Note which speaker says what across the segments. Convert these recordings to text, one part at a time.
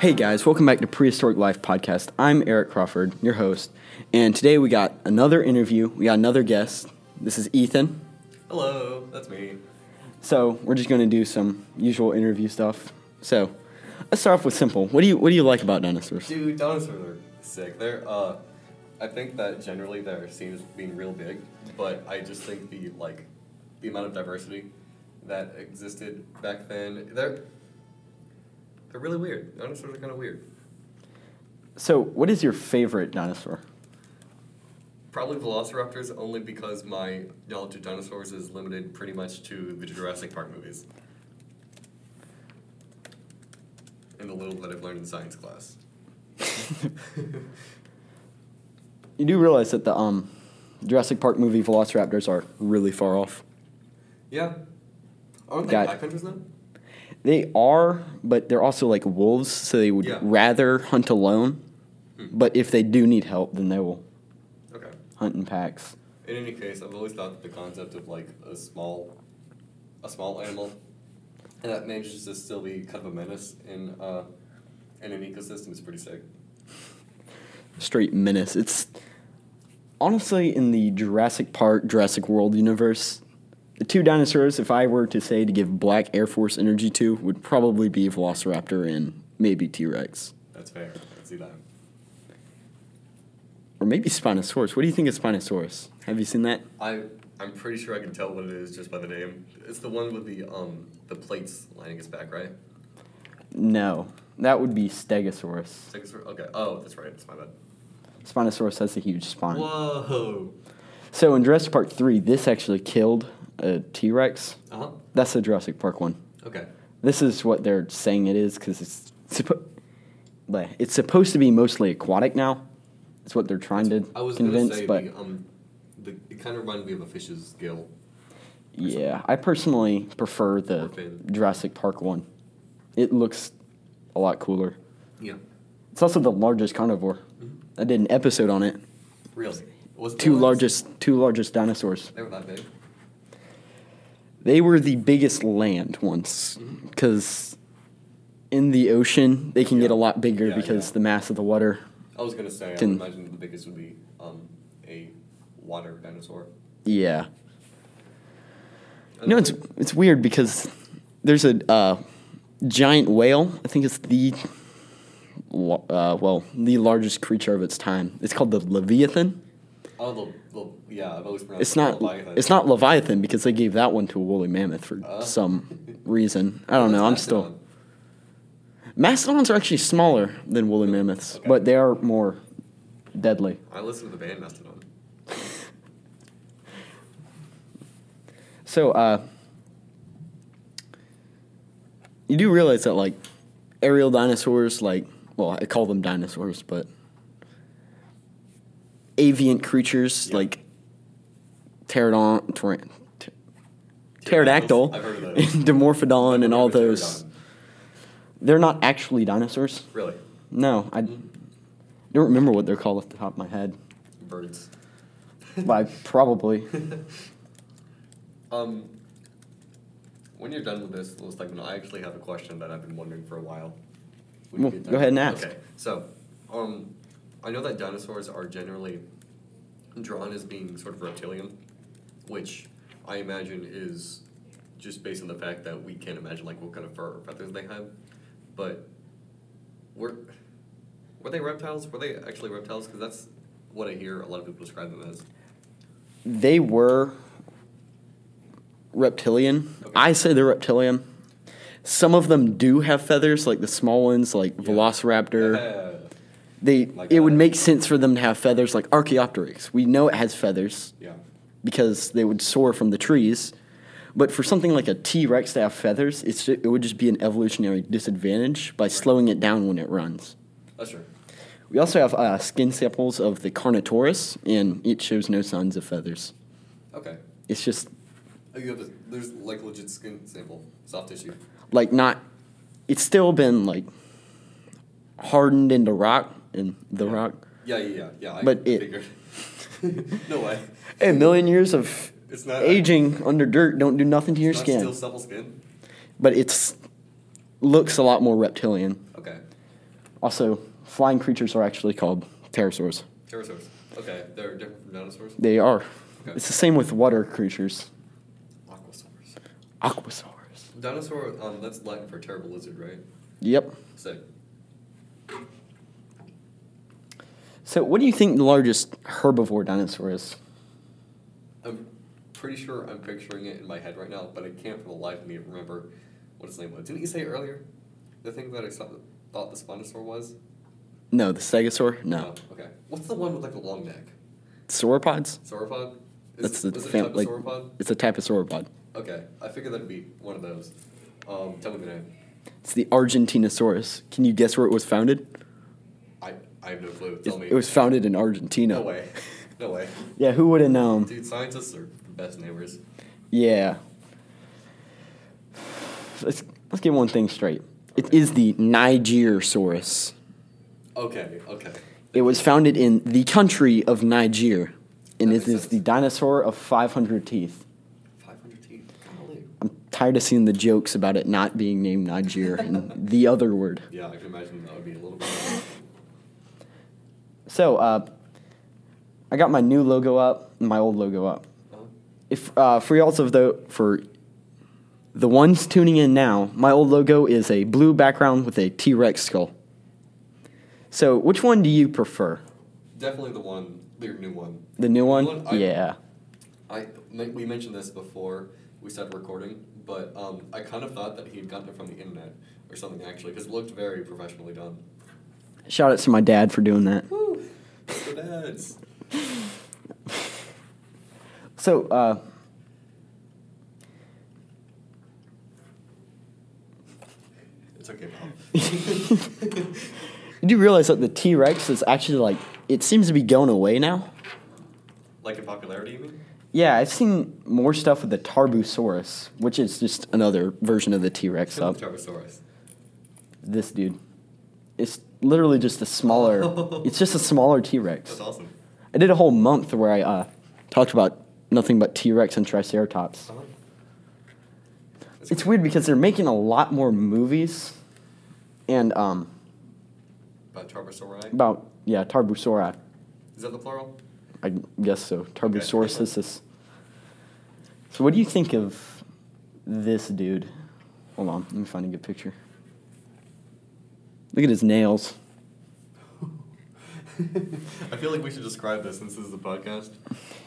Speaker 1: Hey guys, welcome back to Prehistoric Life Podcast. I'm Eric Crawford, your host, and today we got another interview. We got another guest. This is Ethan.
Speaker 2: Hello, that's me.
Speaker 1: So we're just going to do some usual interview stuff. So let's start off with simple. What do you What do you like about dinosaurs?
Speaker 2: Dude, dinosaurs are sick. They're uh, I think that generally they're seen as being real big, but I just think the like, the amount of diversity that existed back then. They're they're really weird. Dinosaurs are kind of weird.
Speaker 1: So what is your favorite dinosaur?
Speaker 2: Probably velociraptors only because my knowledge of dinosaurs is limited pretty much to the Jurassic Park movies. And the little that I've learned in science class.
Speaker 1: You do realize that the um, Jurassic Park movie Velociraptors are really far off.
Speaker 2: yeah. Aren't they
Speaker 1: Got-
Speaker 2: backcounters now?
Speaker 1: They are, but they're also like wolves, so they would
Speaker 2: Yeah.
Speaker 1: rather hunt alone. But if they do need help, then they will
Speaker 2: Okay.
Speaker 1: hunt in packs.
Speaker 2: In any case, I've always thought that the concept of like a small, a small animal, and that manages to still be kind of a menace in uh, in an ecosystem is pretty sick.
Speaker 1: Straight menace. It's honestly in the Jurassic Park, Jurassic World universe. The two dinosaurs, if I were to say to give Black Air Force energy to, would probably be Velociraptor and maybe T Rex.
Speaker 2: That's fair. I can see that.
Speaker 1: Or maybe Spinosaurus. What do you think of Spinosaurus? Have you seen that?
Speaker 2: I I'm pretty sure I can tell what it is just by the name. It's the one with the um the plates lining its back, right?
Speaker 1: No. That would be Stegosaurus.
Speaker 2: Stegosaur. Okay. Oh, that's right. That's my bad.
Speaker 1: Spinosaurus has a huge spine.
Speaker 2: Whoa.
Speaker 1: So in Jurassic Park 3, this actually killed a T Rex.
Speaker 2: Uh huh.
Speaker 1: That's the Jurassic Park one.
Speaker 2: Okay.
Speaker 1: This is what they're saying it is because it's, suppo- like, it's supposed to be mostly aquatic now. It's what they're trying to
Speaker 2: I was
Speaker 1: convince,
Speaker 2: gonna say
Speaker 1: but
Speaker 2: the um, the, it kind of reminded me of a fish's gill.
Speaker 1: yeah, I personally prefer the
Speaker 2: Orphan.
Speaker 1: Jurassic Park one. It looks a lot cooler.
Speaker 2: Yeah.
Speaker 1: It's also the largest carnivore. I did an episode on it.
Speaker 2: Really. Mm-hmm. Was it
Speaker 1: Two
Speaker 2: the last-
Speaker 1: largest, two largest dinosaurs.
Speaker 2: They were that big.
Speaker 1: They were the biggest land once because in the ocean they can get a lot bigger
Speaker 2: Mm-hmm. Yeah,
Speaker 1: because
Speaker 2: yeah.
Speaker 1: the mass of the water.
Speaker 2: I was gonna say, I would
Speaker 1: Didn't-
Speaker 2: imagine the biggest would be um, a water dinosaur.
Speaker 1: Yeah. No, it's it's weird because there's a uh, giant whale. I think it's the lo- uh, well the largest creature of its time. It's called the leviathan.
Speaker 2: oh, the, the, yeah, I've always pronounced
Speaker 1: It's not
Speaker 2: Leviathan.
Speaker 1: it's not leviathan because they gave that one to a woolly mammoth for
Speaker 2: Uh.
Speaker 1: some reason. I don't
Speaker 2: That's
Speaker 1: know. I'm still.
Speaker 2: Mastodon.
Speaker 1: Mastodons are actually smaller than woolly mammoths,
Speaker 2: Okay.
Speaker 1: but they are more deadly.
Speaker 2: I listen to the band Mastodon.
Speaker 1: So, uh, you do realize that, like, aerial dinosaurs, like, well, I call them dinosaurs, but avian creatures,
Speaker 2: Yeah.
Speaker 1: like, pterodon, pteran, pter- pterodactyl,
Speaker 2: I've heard of those.
Speaker 1: demorphodon, and all those,
Speaker 2: Pterodon.
Speaker 1: they're not actually dinosaurs.
Speaker 2: Really,
Speaker 1: No, I don't remember what they're called off the top of my head.
Speaker 2: birds.
Speaker 1: But probably.
Speaker 2: Um, when you're done with this little segment, I actually have a question that I've been wondering for a while. Would you
Speaker 1: Well,
Speaker 2: be
Speaker 1: go ahead and
Speaker 2: down-
Speaker 1: ask.
Speaker 2: Okay, so, um, I know that dinosaurs are generally drawn as being sort of reptilian, which I imagine is just based on the fact that we can't imagine like what kind of fur or feathers they have, but were were they reptiles? Were they actually reptiles? Because that's what I hear a lot of people describe them as.
Speaker 1: they were reptilian.
Speaker 2: Okay.
Speaker 1: I say they're reptilian. Some of them do have feathers, like the small ones, like Velociraptor. They
Speaker 2: Like
Speaker 1: it would
Speaker 2: that.
Speaker 1: make sense for them to have feathers, like Archaeopteryx. We know it has feathers
Speaker 2: yeah.
Speaker 1: because they would soar from the trees. But for something like a T Rex to have feathers, it's, it would just be an evolutionary disadvantage by slowing it down when it runs.
Speaker 2: That's true.
Speaker 1: We also have uh, skin samples of the Carnotaurus, and it shows no signs of feathers.
Speaker 2: Okay.
Speaker 1: It's just
Speaker 2: Oh, you have a, there's like legit skin sample, soft tissue.
Speaker 1: like not it's still been like hardened into rock and the rock
Speaker 2: Yeah, yeah, yeah, yeah. I
Speaker 1: But it-
Speaker 2: figured. no way.
Speaker 1: a million years of
Speaker 2: It's not
Speaker 1: aging under dirt don't do nothing to your
Speaker 2: It's not
Speaker 1: skin
Speaker 2: still supple skin.
Speaker 1: but it's looks a lot more reptilian
Speaker 2: Okay.
Speaker 1: Also, flying creatures are actually called pterosaurs.
Speaker 2: Pterosaurs. Okay, they're different from dinosaurs.
Speaker 1: They are.
Speaker 2: Okay.
Speaker 1: It's the same with water creatures.
Speaker 2: Aquasaurs.
Speaker 1: Aquasaurs.
Speaker 2: Dinosaur. Um, that's Latin for terrible lizard, right?
Speaker 1: Yep.
Speaker 2: Sick.
Speaker 1: So, what do you think the largest herbivore dinosaur is?
Speaker 2: I'm pretty sure I'm picturing it in my head right now, but I can't for the life of me remember what its name was. Didn't you say earlier the thing that I saw, thought the Spinosaur was? Oh,
Speaker 1: No, the stegosaur? No.
Speaker 2: Okay. What's the one with like a long neck?
Speaker 1: Sauropods?
Speaker 2: Sauropod.
Speaker 1: That's the
Speaker 2: was it a
Speaker 1: fam-
Speaker 2: type of
Speaker 1: like-
Speaker 2: sauropod?
Speaker 1: It's a type of sauropod.
Speaker 2: Okay, I figured that'd be one of those. Um, tell me the name.
Speaker 1: It's the Argentinosaurus. Can you guess where it was founded?
Speaker 2: I I have no clue. Tell
Speaker 1: It,
Speaker 2: me.
Speaker 1: it was founded in Argentina.
Speaker 2: no way. No way.
Speaker 1: Yeah, who would have known?
Speaker 2: Dude, scientists are the best neighbors.
Speaker 1: Yeah. Let's, let's get one thing straight. It is the Nigerosaurus.
Speaker 2: Okay, okay.
Speaker 1: It was founded in the country of Niger, and
Speaker 2: That
Speaker 1: it
Speaker 2: makes
Speaker 1: is
Speaker 2: sense.
Speaker 1: the dinosaur of 500 teeth.
Speaker 2: 500 teeth. Golly.
Speaker 1: I'm tired of seeing the jokes about it not being named Niger and the other word.
Speaker 2: Yeah, I can imagine that would be a little bit.
Speaker 1: So, uh, I got my new logo up and my old logo up.
Speaker 2: Oh,
Speaker 1: If uh, for y'all of the for the ones tuning in now, my old logo is a blue background with a T Rex skull. So, which one do you prefer?
Speaker 2: Definitely the one, your new one.
Speaker 1: The new one?
Speaker 2: one I-
Speaker 1: yeah.
Speaker 2: I ma- we mentioned this before we started recording, but um, I kind of thought that he had gotten it from the internet or something actually, because it looked very professionally done.
Speaker 1: Shout out to my dad for doing that.
Speaker 2: Woo! Good ads.
Speaker 1: So, uh,
Speaker 2: It's okay, Bob.
Speaker 1: you do realize that the T Rex is actually like it seems to be going away now.
Speaker 2: like in popularity, you mean?
Speaker 1: Yeah, I've seen more stuff with the Tarbosaurus, which is just another version of the T Rex of
Speaker 2: Except the Tarbosaurus.
Speaker 1: this dude. It's literally just a smaller. it's just a smaller T Rex.
Speaker 2: That's awesome.
Speaker 1: I did a whole month where I uh, talked about nothing but T Rex and Triceratops.
Speaker 2: Uh-huh. That's
Speaker 1: It's
Speaker 2: cool.
Speaker 1: weird because they're making a lot more movies, and um,
Speaker 2: About Tarbosauri.
Speaker 1: about yeah, Tarbosauri.
Speaker 2: Is that the plural?
Speaker 1: I guess so. Tarbosaurus is this. So, what do you think of this dude? Hold on, let me find a good picture. Look at his nails.
Speaker 2: I feel like we should describe this since this is a podcast.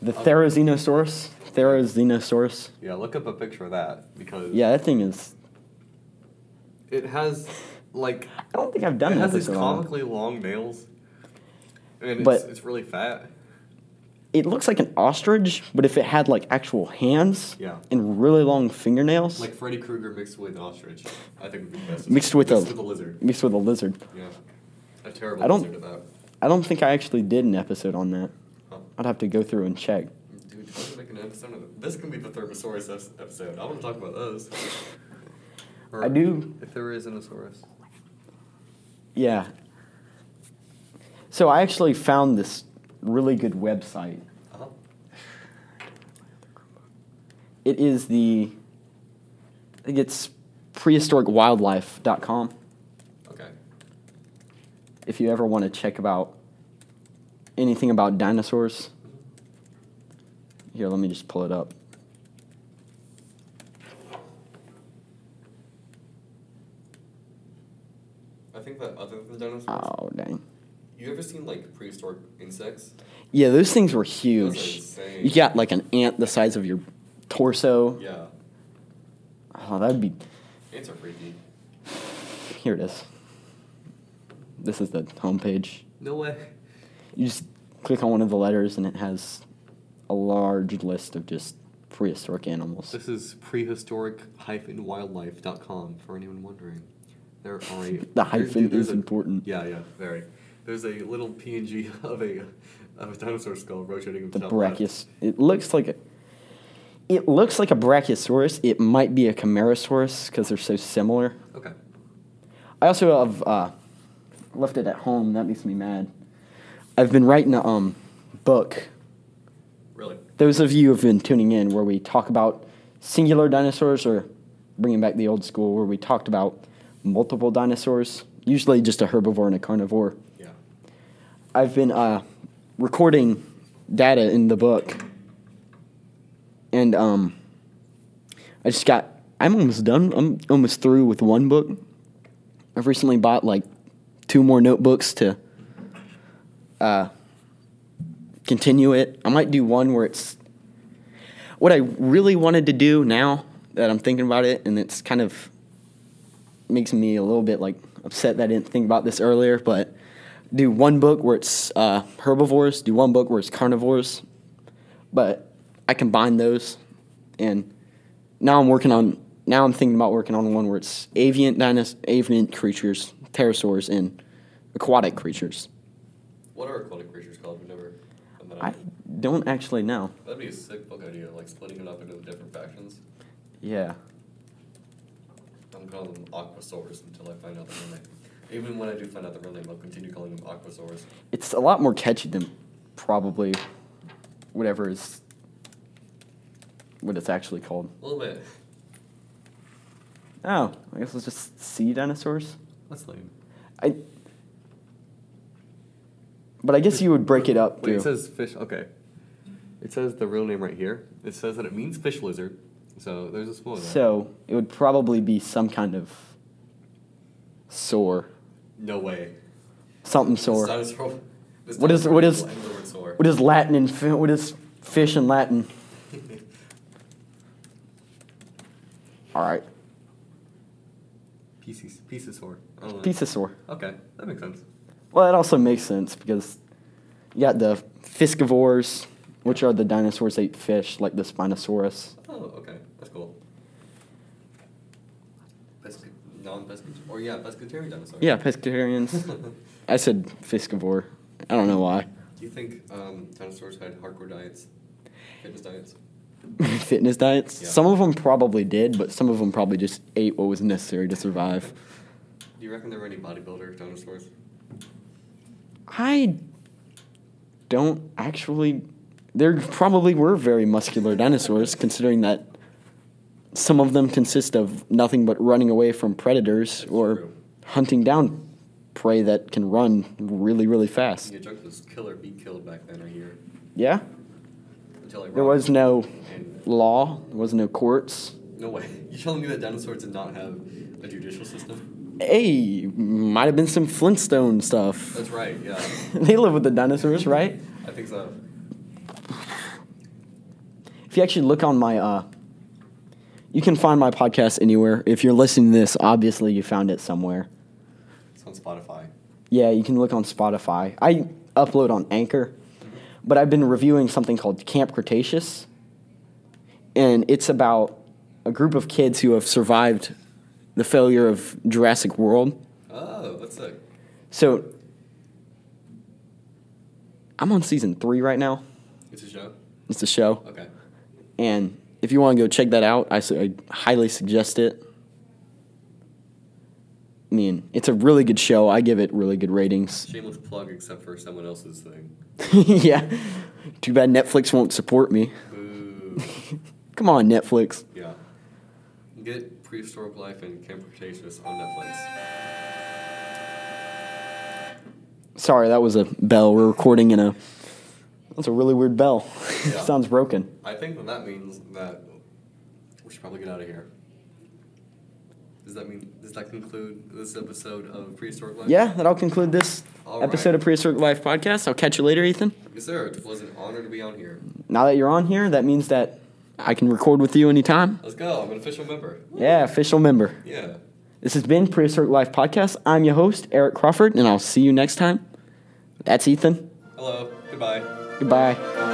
Speaker 1: The Therizinosaurus. Therizinosaurus.
Speaker 2: Yeah, look up a picture of that because
Speaker 1: Yeah, that thing is.
Speaker 2: it has like
Speaker 1: I don't think I've done
Speaker 2: it
Speaker 1: that
Speaker 2: has
Speaker 1: for
Speaker 2: these
Speaker 1: so long.
Speaker 2: comically long nails. And
Speaker 1: But-
Speaker 2: it's, it's really fat.
Speaker 1: It looks like an ostrich, but if it had like actual hands
Speaker 2: Yeah.
Speaker 1: and really long fingernails
Speaker 2: Like Freddy Krueger mixed with an ostrich. I think would be the best.
Speaker 1: Mixed with a-
Speaker 2: with a lizard.
Speaker 1: mixed with a lizard.
Speaker 2: Yeah. A terrible
Speaker 1: I don't-
Speaker 2: lizard about.
Speaker 1: I don't think I actually did an episode on that.
Speaker 2: Huh.
Speaker 1: I'd have to go through and check.
Speaker 2: Dude, we should make an episode of it. This can be the Thermosaurus ep- episode. I want to talk about those. Or
Speaker 1: I do.
Speaker 2: If there is an Osaurus.
Speaker 1: Yeah. So I actually found this really good website.
Speaker 2: Uh-huh.
Speaker 1: It is the, I think it's prehistoricwildlife.com
Speaker 2: Okay.
Speaker 1: if you ever want to check about anything about dinosaurs. Here, let me just pull it up.
Speaker 2: I think that other than dinosaurs,
Speaker 1: Oh, dang.
Speaker 2: you ever seen like prehistoric insects?
Speaker 1: Yeah, those things were
Speaker 2: Those are
Speaker 1: huge.
Speaker 2: insane.
Speaker 1: You got like an ant the size of your torso.
Speaker 2: Yeah.
Speaker 1: Oh, that'd be.
Speaker 2: Ants are freaky.
Speaker 1: Here it is. This is the homepage.
Speaker 2: No way.
Speaker 1: You just click on one of the letters and it has a large list of just prehistoric animals.
Speaker 2: This is prehistoric-wildlife.com for anyone wondering. There are a
Speaker 1: The hyphen
Speaker 2: there's
Speaker 1: is
Speaker 2: a-
Speaker 1: important.
Speaker 2: Yeah, yeah, very. There's a little PNG of a of a dinosaur skull rotating in
Speaker 1: The
Speaker 2: top left.
Speaker 1: brachios. It looks like a. It looks like a brachiosaurus. It might be a camarasaurus because they're so similar.
Speaker 2: Okay.
Speaker 1: I also have uh, left it at home. That makes me mad. I've been writing a um, book.
Speaker 2: Really?
Speaker 1: Those of you who've been tuning in, where we talk about singular dinosaurs or bringing back the old school, where we talked about multiple dinosaurs usually just a herbivore and a carnivore.
Speaker 2: Yeah.
Speaker 1: I've been uh, recording data in the book, and um, I just got. I'm almost done. I'm almost through with one book. I've recently bought like two more notebooks to uh, continue it. I might do one where it's what I really wanted to do now that I'm thinking about it, and it's kind of makes me a little bit like upset that I didn't think about this earlier, but do one book where it's uh, herbivores, do one book where it's carnivores, but I combine those, and now I'm working on now I'm thinking about working on one where it's avian dinos- avian creatures, pterosaurs, and aquatic creatures.
Speaker 2: What are aquatic creatures called? We've never. done that.
Speaker 1: I don't actually know.
Speaker 2: That'd be a sick book idea, like splitting it up into different factions.
Speaker 1: Yeah.
Speaker 2: I'm calling them Aquasaurus until I find out the real name. Even when I do find out the real name, I'll continue calling them Aquasaurus.
Speaker 1: It's a lot more catchy than probably whatever is what it's actually called.
Speaker 2: A little bit.
Speaker 1: Oh, I guess it's just sea dinosaurs.
Speaker 2: That's lame.
Speaker 1: I. But I guess you would break it up
Speaker 2: Wait,
Speaker 1: too.
Speaker 2: it says fish. Okay. It says the real name right here. It says that it means fish lizard. So there's a spoiler.
Speaker 1: so it would probably be some kind of sore,
Speaker 2: no way.
Speaker 1: something
Speaker 2: This
Speaker 1: sore.
Speaker 2: dinosaur. This
Speaker 1: What is-
Speaker 2: dinosaur
Speaker 1: what is-
Speaker 2: will end the word sore.
Speaker 1: What is Latin and fi- what is fish in Latin? All right,
Speaker 2: Pieces. Pieces sore. I don't know.
Speaker 1: pizza sore.
Speaker 2: Okay, that makes sense.
Speaker 1: Well, it also makes sense because you got the fiscivores, which are the dinosaurs that eat fish, like the Spinosaurus.
Speaker 2: Oh, okay, that's cool. Pesca- non-pescatarian, or yeah, pescatarian dinosaur.
Speaker 1: Yeah, pescatarians. I said fiscivore. I don't know why.
Speaker 2: Do you think um, dinosaurs had hardcore diets, fitness diets?
Speaker 1: Fitness diets.
Speaker 2: Yeah.
Speaker 1: Some of them probably did, but some of them probably just ate what was necessary to survive.
Speaker 2: Do you reckon there were any bodybuilder dinosaurs?
Speaker 1: I don't actually. There probably were very muscular dinosaurs, considering that some of them consist of nothing but running away from predators
Speaker 2: That's
Speaker 1: or
Speaker 2: true.
Speaker 1: hunting down prey that can run really, really fast.
Speaker 2: Your joke was kill or be killed back then. I hear.
Speaker 1: Yeah?
Speaker 2: Until I
Speaker 1: There was no
Speaker 2: And
Speaker 1: law, there was no courts.
Speaker 2: no way. You telling me that dinosaurs did not have a judicial system?
Speaker 1: Hey, might have been some Flintstone stuff.
Speaker 2: That's right. Yeah,
Speaker 1: they live with the dinosaurs, right?
Speaker 2: I think so.
Speaker 1: If you actually look on my, uh, you can find my podcast anywhere. If you're listening to this, obviously you found it somewhere.
Speaker 2: It's on Spotify.
Speaker 1: Yeah, you can look on Spotify. I upload on Anchor, but I've been reviewing something called Camp Cretaceous, and it's about a group of kids who have survived the failure of Jurassic World.
Speaker 2: Oh, that's sick.
Speaker 1: So I'm on season three right now.
Speaker 2: It's a show.
Speaker 1: It's a show.
Speaker 2: Okay.
Speaker 1: And if you want to go check that out, I, su- I highly suggest it. I mean, it's a really good show. I give it really good ratings.
Speaker 2: Shameless plug, except for someone else's thing.
Speaker 1: yeah. Too bad Netflix won't support me.
Speaker 2: Boo.
Speaker 1: Come on, Netflix.
Speaker 2: yeah. Get Prehistoric Life and Camp Cretaceous on Netflix.
Speaker 1: Sorry, that was a bell. We're recording in a. That's a really weird bell.
Speaker 2: Yeah.
Speaker 1: Sounds broken.
Speaker 2: I think that that means that we should probably get out of here. Does that mean, does that conclude this episode of Prehistoric Life?
Speaker 1: Yeah, that'll conclude this
Speaker 2: All
Speaker 1: episode
Speaker 2: right.
Speaker 1: of Prehistoric Life podcast. I'll catch you later, Ethan.
Speaker 2: Yes, sir. It was an honor to be on here.
Speaker 1: Now that you're on here, that means that I can record with you anytime.
Speaker 2: Let's go. I'm an official member.
Speaker 1: Yeah, official member.
Speaker 2: Yeah.
Speaker 1: This has been Prehistoric Life Podcast. I'm your host, Eric Crawford, and I'll see you next time. That's Ethan.
Speaker 2: Hello. Goodbye.
Speaker 1: Goodbye.
Speaker 2: Bye.